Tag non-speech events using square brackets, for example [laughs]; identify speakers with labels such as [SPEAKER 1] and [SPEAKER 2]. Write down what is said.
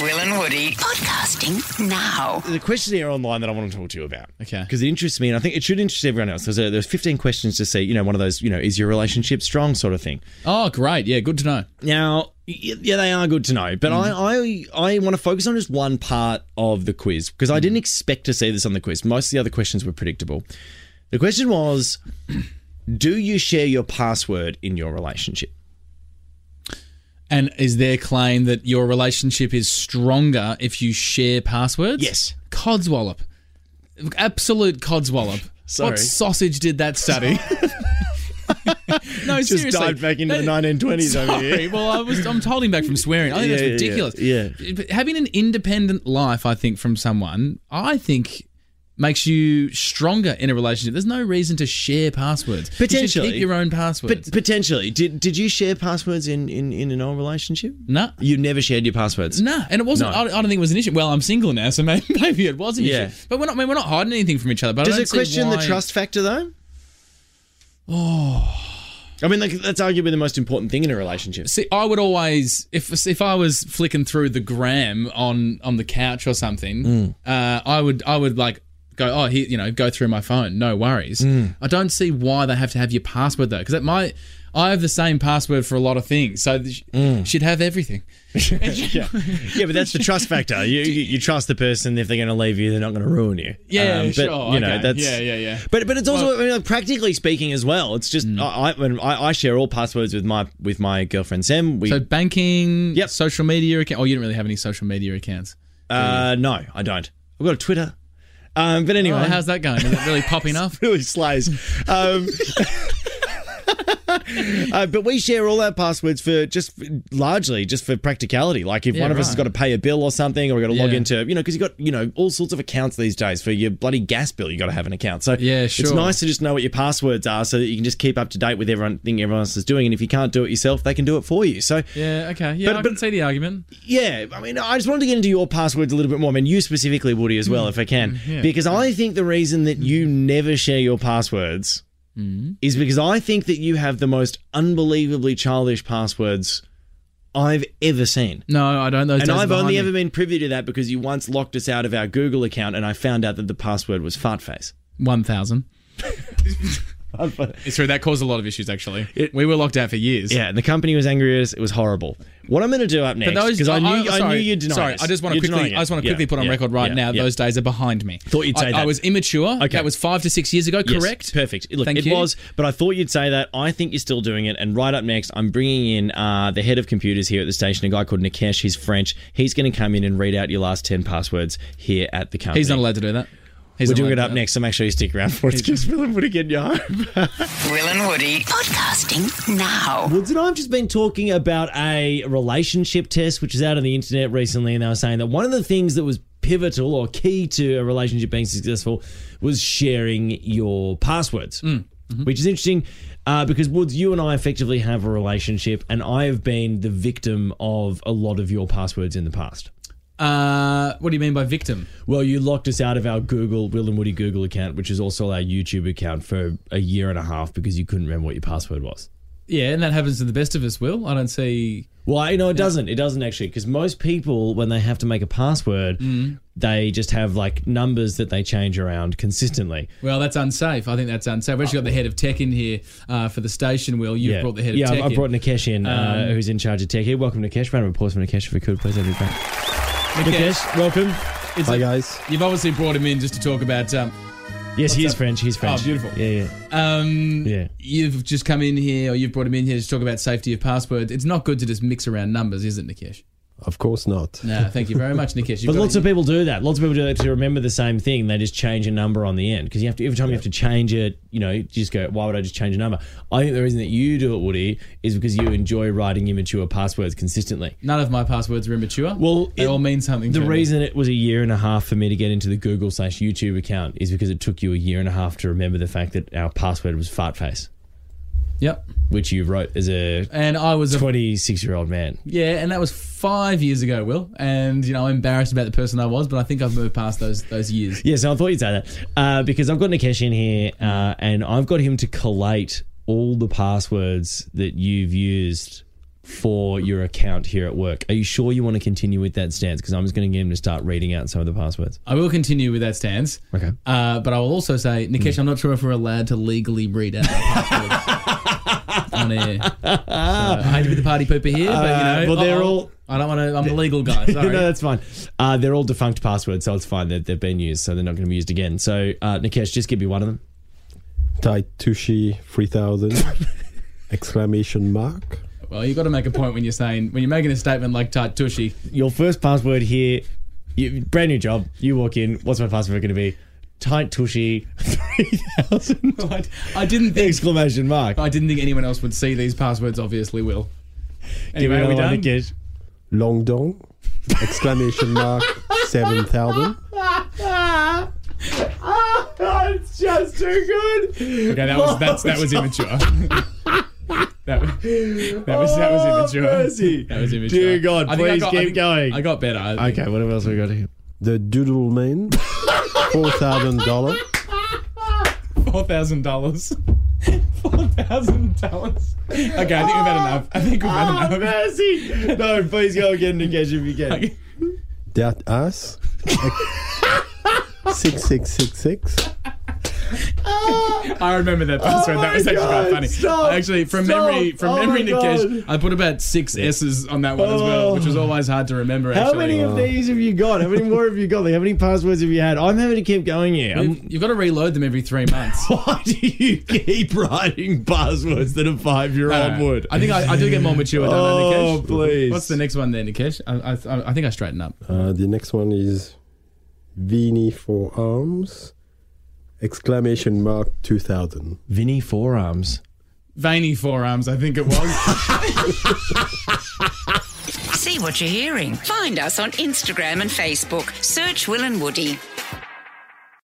[SPEAKER 1] Will and Woody. Podcasting now.
[SPEAKER 2] There's a questionnaire online that I want to talk to you about.
[SPEAKER 3] Okay.
[SPEAKER 2] Because it interests me, and I think it should interest everyone else. There's, a, there's 15 questions to see, you know, one of those, you know, is your relationship strong sort of thing.
[SPEAKER 3] Oh, great. Yeah, good to know.
[SPEAKER 2] Now, y- yeah, they are good to know, but I, I, I want to focus on just one part of the quiz because I didn't expect to see this on the quiz. Most of the other questions were predictable. The question was, do you share your password in your relationship?
[SPEAKER 3] And is their claim that your relationship is stronger if you share passwords?
[SPEAKER 2] Yes.
[SPEAKER 3] Codswallop. Absolute codswallop.
[SPEAKER 2] Sorry.
[SPEAKER 3] What sausage did
[SPEAKER 2] [laughs]
[SPEAKER 3] that study? no,
[SPEAKER 2] Just
[SPEAKER 3] seriously.
[SPEAKER 2] dived back into the
[SPEAKER 3] That-
[SPEAKER 2] 1920s over here.
[SPEAKER 3] Sorry, well, I was, I'm holding back from swearing. I think
[SPEAKER 2] Yeah,
[SPEAKER 3] that's
[SPEAKER 2] yeah, yeah,
[SPEAKER 3] ridiculous.
[SPEAKER 2] yeah.
[SPEAKER 3] But Having an independent life, I think, from someone, I think makes you stronger in a relationship. There's no reason to share passwords. You should
[SPEAKER 2] Potentially.
[SPEAKER 3] keep your own passwords.
[SPEAKER 2] But potentially, did did you share passwords in in, in an old relationship?
[SPEAKER 3] no.
[SPEAKER 2] You never shared your passwords.
[SPEAKER 3] No, and it wasn't.
[SPEAKER 2] No.
[SPEAKER 3] I, I don't think it was an issue. Well, I'm single now, so [laughs] maybe, maybe it was an
[SPEAKER 2] Yeah.
[SPEAKER 3] issue. But we're not. I mean, we're not hiding anything from each other. But I
[SPEAKER 2] Does
[SPEAKER 3] don't
[SPEAKER 2] it
[SPEAKER 3] see
[SPEAKER 2] question the
[SPEAKER 3] why-
[SPEAKER 2] trust factor though? Oh. I mean, like, that's arguably the most important thing in a
[SPEAKER 3] [laughs]
[SPEAKER 2] relationship.
[SPEAKER 3] See, I would always if if I was flicking through the gram on on the couch or something,
[SPEAKER 2] Hmm.
[SPEAKER 3] uh, I would I would like go oh here you know go through my phone, no worries.
[SPEAKER 2] Hmm.
[SPEAKER 3] I don't see why they have to have your password though, because that might. I have the same password for a lot of things, so sh-
[SPEAKER 2] Hmm.
[SPEAKER 3] she'd have everything.
[SPEAKER 2] yeah. yeah, but that's the trust factor. You,
[SPEAKER 3] [laughs]
[SPEAKER 2] you you trust the person if they're going to leave you, they're not going to ruin you.
[SPEAKER 3] Yeah,
[SPEAKER 2] Um, but,
[SPEAKER 3] sure.
[SPEAKER 2] You know,
[SPEAKER 3] okay.
[SPEAKER 2] that's
[SPEAKER 3] yeah, Mm. yeah, yeah.
[SPEAKER 2] But but it's also I mean, like, practically speaking as well. It's just I, I, when I I share all passwords with my with my girlfriend Sam. We uh,
[SPEAKER 3] So banking,
[SPEAKER 2] Yep.
[SPEAKER 3] social media account. Oh, you don't really have any social media accounts.
[SPEAKER 2] uh no, I don't. I've got a Twitter. Um, but anyway,
[SPEAKER 3] Oh, how's that going? Is it [laughs] really popping
[SPEAKER 2] [laughs]
[SPEAKER 3] off?
[SPEAKER 2] really slays. Um, [laughs] uh, but we share all our passwords for just largely just for practicality. Like if
[SPEAKER 3] Yeah,
[SPEAKER 2] one of us has
[SPEAKER 3] right.
[SPEAKER 2] got to pay a bill or something, or we got to log
[SPEAKER 3] Yeah.
[SPEAKER 2] into you know because you got you know all sorts of accounts these days for your bloody gas bill. You got to have an account. So
[SPEAKER 3] Yeah,
[SPEAKER 2] It's
[SPEAKER 3] sure.
[SPEAKER 2] nice to just know what your passwords are so that you can just keep up to date with everyone thing everyone else is doing. And if you can't do it yourself, they can do it for you. So
[SPEAKER 3] Yeah, okay. Yeah,
[SPEAKER 2] But-
[SPEAKER 3] I can
[SPEAKER 2] but-
[SPEAKER 3] see the argument.
[SPEAKER 2] yeah, I mean, I just wanted to get into your passwords a little bit more. I mean, you specifically, Woody, as well, if I can,
[SPEAKER 3] Mm. yeah. Mm.
[SPEAKER 2] because I think the reason that you never share your passwords is because I think that you have the most unbelievably childish passwords I've ever seen.
[SPEAKER 3] No, I don't. Those
[SPEAKER 2] And
[SPEAKER 3] days are
[SPEAKER 2] I've
[SPEAKER 3] behind
[SPEAKER 2] only
[SPEAKER 3] me.
[SPEAKER 2] ever been privy to that because you once locked us out of our Google account, and I found out that the password was fartface. [laughs]
[SPEAKER 3] One thousand. it's true. That caused a lot of issues. Actually, we were locked out for years.
[SPEAKER 2] Yeah, and the company was angry at us. It was horrible. What I'm going to do up next,
[SPEAKER 3] But those,
[SPEAKER 2] because I knew,
[SPEAKER 3] I,
[SPEAKER 2] I
[SPEAKER 3] sorry,
[SPEAKER 2] knew you'd deny
[SPEAKER 3] Sorry,
[SPEAKER 2] this.
[SPEAKER 3] I just want to
[SPEAKER 2] You're
[SPEAKER 3] quickly.
[SPEAKER 2] denying
[SPEAKER 3] I just
[SPEAKER 2] it.
[SPEAKER 3] want to quickly
[SPEAKER 2] Yeah,
[SPEAKER 3] put on
[SPEAKER 2] yeah,
[SPEAKER 3] record right
[SPEAKER 2] yeah,
[SPEAKER 3] now.
[SPEAKER 2] yeah.
[SPEAKER 3] Those days are behind me.
[SPEAKER 2] Thought you'd say
[SPEAKER 3] I, I
[SPEAKER 2] that.
[SPEAKER 3] was immature.
[SPEAKER 2] Okay.
[SPEAKER 3] That was five to six years ago.
[SPEAKER 2] Yes,
[SPEAKER 3] Correct.
[SPEAKER 2] perfect. Look,
[SPEAKER 3] Thank
[SPEAKER 2] it
[SPEAKER 3] you.
[SPEAKER 2] was, but I thought you'd say that. I think you're still doing it. And right up next, I'm bringing in uh, the head of computers here at the station, a guy called Nikesh. He's French. He's going to come in and read out your last 10 passwords here at the company.
[SPEAKER 3] He's not allowed to do that. He's
[SPEAKER 2] We're
[SPEAKER 3] not
[SPEAKER 2] doing it
[SPEAKER 3] allowed
[SPEAKER 2] up
[SPEAKER 3] to do
[SPEAKER 2] next, so make sure you stick around for [laughs] it. Because Will and Woody get you home.
[SPEAKER 1] Will and Woody. Podcasting now.
[SPEAKER 2] Woods and I have just been talking about a relationship test, which was out on the internet recently, and they were saying that one of the things that was pivotal or key to a relationship being successful was sharing your passwords. Which is interesting uh, because Woods, you and I effectively have a relationship, and I have been the victim of a lot of your passwords in the past.
[SPEAKER 3] that. Uh, what do you mean by victim?
[SPEAKER 2] Well, you locked us out of our Google Will and Woody Google account, which is also our YouTube account, for a year and a half because you couldn't remember what your password was.
[SPEAKER 3] Yeah, and that happens to the best of us. Will I don't see.
[SPEAKER 2] Well, you know, it doesn't. It doesn't actually, because most people, when they have to make a password,
[SPEAKER 3] Mm.
[SPEAKER 2] they just have like numbers that they change around consistently.
[SPEAKER 3] Well, that's unsafe. I think that's unsafe. We've actually got the head of tech in here uh, for the station. Will you have brought the head of
[SPEAKER 2] yeah,
[SPEAKER 3] tech?
[SPEAKER 2] I, I
[SPEAKER 3] in.
[SPEAKER 2] brought Nikesh in, uh, who's in charge of tech here. Welcome, Nikesh. Round of applause for Nikesh, if we could, please, everybody.
[SPEAKER 3] Nikesh,
[SPEAKER 2] Nikesh, welcome.
[SPEAKER 3] it's
[SPEAKER 4] Hi
[SPEAKER 3] a-
[SPEAKER 4] guys.
[SPEAKER 3] You've obviously brought him in just to talk about. Um,
[SPEAKER 2] Yes, he is
[SPEAKER 3] What's up? Oh,
[SPEAKER 2] French. He's French.
[SPEAKER 3] beautiful.
[SPEAKER 2] Yeah, yeah.
[SPEAKER 3] um,
[SPEAKER 2] Yeah.
[SPEAKER 3] You've just come in here, or you've brought him in here to talk about safety of passwords. It's not good to just mix around numbers, is it, Nikesh?
[SPEAKER 4] Of course not.
[SPEAKER 2] [laughs]
[SPEAKER 3] No, thank you very much, Nikesh. You've
[SPEAKER 2] But
[SPEAKER 3] got
[SPEAKER 2] lots
[SPEAKER 3] it.
[SPEAKER 2] of people do that. Lots of people do that to remember the same thing. They just change a number on the end because you have to every time you have to change it. You know, you just go. Why would I just change a number? I think the reason that you do it, Woody, is because you enjoy writing immature passwords consistently.
[SPEAKER 3] none of my passwords are immature.
[SPEAKER 2] Well,
[SPEAKER 3] they
[SPEAKER 2] it-
[SPEAKER 3] all mean something.
[SPEAKER 2] The
[SPEAKER 3] to me.
[SPEAKER 2] reason it was a year and a half for me to get into the Google slash YouTube account is because it took you a year and a half to remember the fact that our password was fartface,
[SPEAKER 3] Yep.
[SPEAKER 2] which you wrote as a
[SPEAKER 3] And I was a
[SPEAKER 2] 26 year old man.
[SPEAKER 3] yeah, and that was five years ago, Will. And you know, I'm embarrassed about the person I was, but I think I've moved past those those years.
[SPEAKER 2] Yes, I thought you'd say that uh, because I've got Nikesh in here uh, and I've got him to collate all the passwords that you've used for your account here at work. Are you sure you want to continue with that stance? Because I'm just going to get him to start reading out some of the passwords.
[SPEAKER 3] I will continue with that stance.
[SPEAKER 2] Okay.
[SPEAKER 3] Uh, but I will also say,
[SPEAKER 2] Hmm.
[SPEAKER 3] Nikesh, I'm not sure if we're allowed to legally read out our passwords on air. So, I hate to be the party pooper here, but you know,
[SPEAKER 2] Uh, well, they're
[SPEAKER 3] oh,
[SPEAKER 2] all-
[SPEAKER 3] I don't want to. I'm the
[SPEAKER 2] [laughs]
[SPEAKER 3] legal guy. Sorry.
[SPEAKER 2] no, that's fine. Uh, they're all defunct passwords, so it's fine. They're, they've been used, so they're not going to be used again. So, uh, Nikesh, just give me one of them.
[SPEAKER 4] Taitushi 3000 exclamation mark.
[SPEAKER 3] Well, you've got to make a point when you're saying when you're making a statement like Tartushi.
[SPEAKER 2] Your first password here, you, brand new job. You walk in. What's my password going to be? Tight tushy, three thousand
[SPEAKER 3] I, [laughs] I didn't think
[SPEAKER 2] exclamation mark.
[SPEAKER 3] I didn't think anyone else would see these passwords. Obviously, will.
[SPEAKER 2] Give me
[SPEAKER 3] Anyway, are we
[SPEAKER 2] another one,
[SPEAKER 3] done?
[SPEAKER 2] Nikesh.
[SPEAKER 4] Long dong exclamation mark 7000.
[SPEAKER 2] It's just too good.
[SPEAKER 3] Okay, that was
[SPEAKER 2] [laughs]
[SPEAKER 3] that's, that was immature. that, that was that
[SPEAKER 2] Oh,
[SPEAKER 3] was immature.
[SPEAKER 2] mercy.
[SPEAKER 3] That was immature.
[SPEAKER 2] Dear God,
[SPEAKER 3] I think I
[SPEAKER 2] please
[SPEAKER 3] got- I
[SPEAKER 2] keep
[SPEAKER 3] think
[SPEAKER 2] going.
[SPEAKER 3] I got better. I think.
[SPEAKER 2] Okay, what else we got here?
[SPEAKER 4] The doodle man $4,000.
[SPEAKER 3] Four thousand dollars. Four thousand dollars. Okay, I think we've had enough. I think we've had
[SPEAKER 2] Oh,
[SPEAKER 3] enough.
[SPEAKER 2] Ah. mercy! No, please go again, Nikesh, if you can.
[SPEAKER 3] Okay.
[SPEAKER 4] That us. 6666.
[SPEAKER 3] I remember that password. that was
[SPEAKER 2] Oh my
[SPEAKER 3] actually
[SPEAKER 2] God,
[SPEAKER 3] quite funny.
[SPEAKER 2] stop,
[SPEAKER 3] I actually, from
[SPEAKER 2] stop.
[SPEAKER 3] memory, from
[SPEAKER 2] Oh
[SPEAKER 3] memory,
[SPEAKER 2] my Oh.
[SPEAKER 3] Nikesh, I put about six S's on that one as well, which was always hard to remember.
[SPEAKER 2] How
[SPEAKER 3] actually.
[SPEAKER 2] many of these have you got? How many more have you got? Like, how many passwords have you had? I'm having to keep going here. I'm-
[SPEAKER 3] You've got to reload them every three months.
[SPEAKER 2] [laughs] Why do you keep writing passwords that a five-year-old
[SPEAKER 3] [laughs] Uh,
[SPEAKER 2] would?
[SPEAKER 3] I think I, I do get more mature, don't
[SPEAKER 2] Oh,
[SPEAKER 3] I, Nikesh?
[SPEAKER 2] please.
[SPEAKER 3] What's the next one there, Nikesh? I, I- I, I think I straightened up.
[SPEAKER 4] Uh, the next one is Vini for arms exclamation mark 2000.
[SPEAKER 2] Vinny forearms.
[SPEAKER 3] Veiny forearms, I think it was.
[SPEAKER 1] See what you're hearing. Find us on Instagram and Facebook. Search Will and Woody.